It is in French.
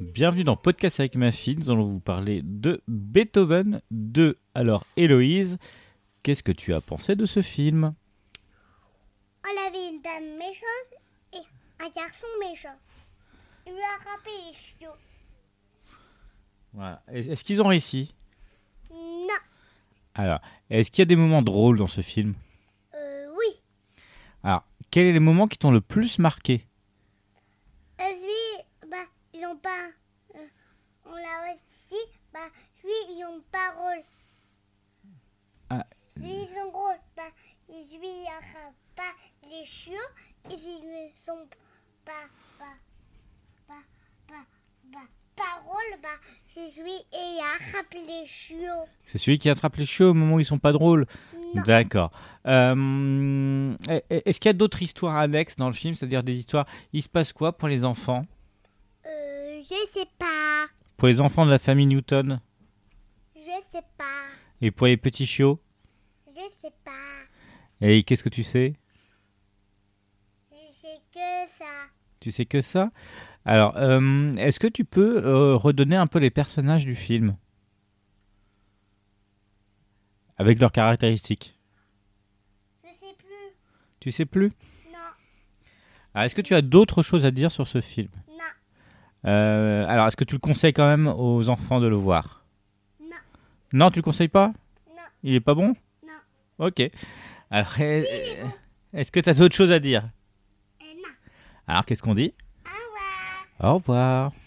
Bienvenue dans Podcast avec ma fille. Nous allons vous parler de Beethoven 2. Alors, Héloïse, qu'est-ce que tu as pensé de ce film On avait une dame méchante et un garçon méchant. Il lui a râpé les chiots. Voilà. Est-ce qu'ils ont réussi Non. Alors, est-ce qu'il y a des moments drôles dans ce film Euh, oui. Alors, quels sont les moments qui t'ont le plus marqué Euh, lui, bah, ils n'ont pas. euh, on l'a réussi. Bah, lui, ils ont pas rôle. Ah. Lui, ils ont rôle. Bah, et lui, il a râpé pas les chiots. Et ils ne sont pas. Pas. Pas. Pas. Pas. Pas rôle. Bah, c'est lui et il a râpé les chiots. C'est celui qui attrape les chiots au moment où ils sont pas drôles Non. D'accord. Euh, est-ce qu'il y a d'autres histoires annexes dans le film C'est-à-dire des histoires, il se passe quoi pour les enfants Euh, je sais pas. Pour les enfants de la famille Newton Je sais pas. et pour les petits chiots Je sais pas. Et qu'est-ce que tu sais Je sais que ça. Tu sais que ça Alors, euh, est-ce que tu peux euh, redonner un peu les personnages du film Avec leurs caractéristiques. Je sais plus. Tu sais plus Non. Ah, Est-ce que tu as d'autres choses à dire sur ce film Non. Euh, Alors, est-ce que tu le conseilles quand même aux enfants de le voir Non. Non, tu le conseilles pas Non. Il est pas bon Non. Ok. Alors, est- est-ce que tu as d'autres choses à dire Et Eh, non. Alors, qu'est-ce qu'on dit Au revoir. Au revoir.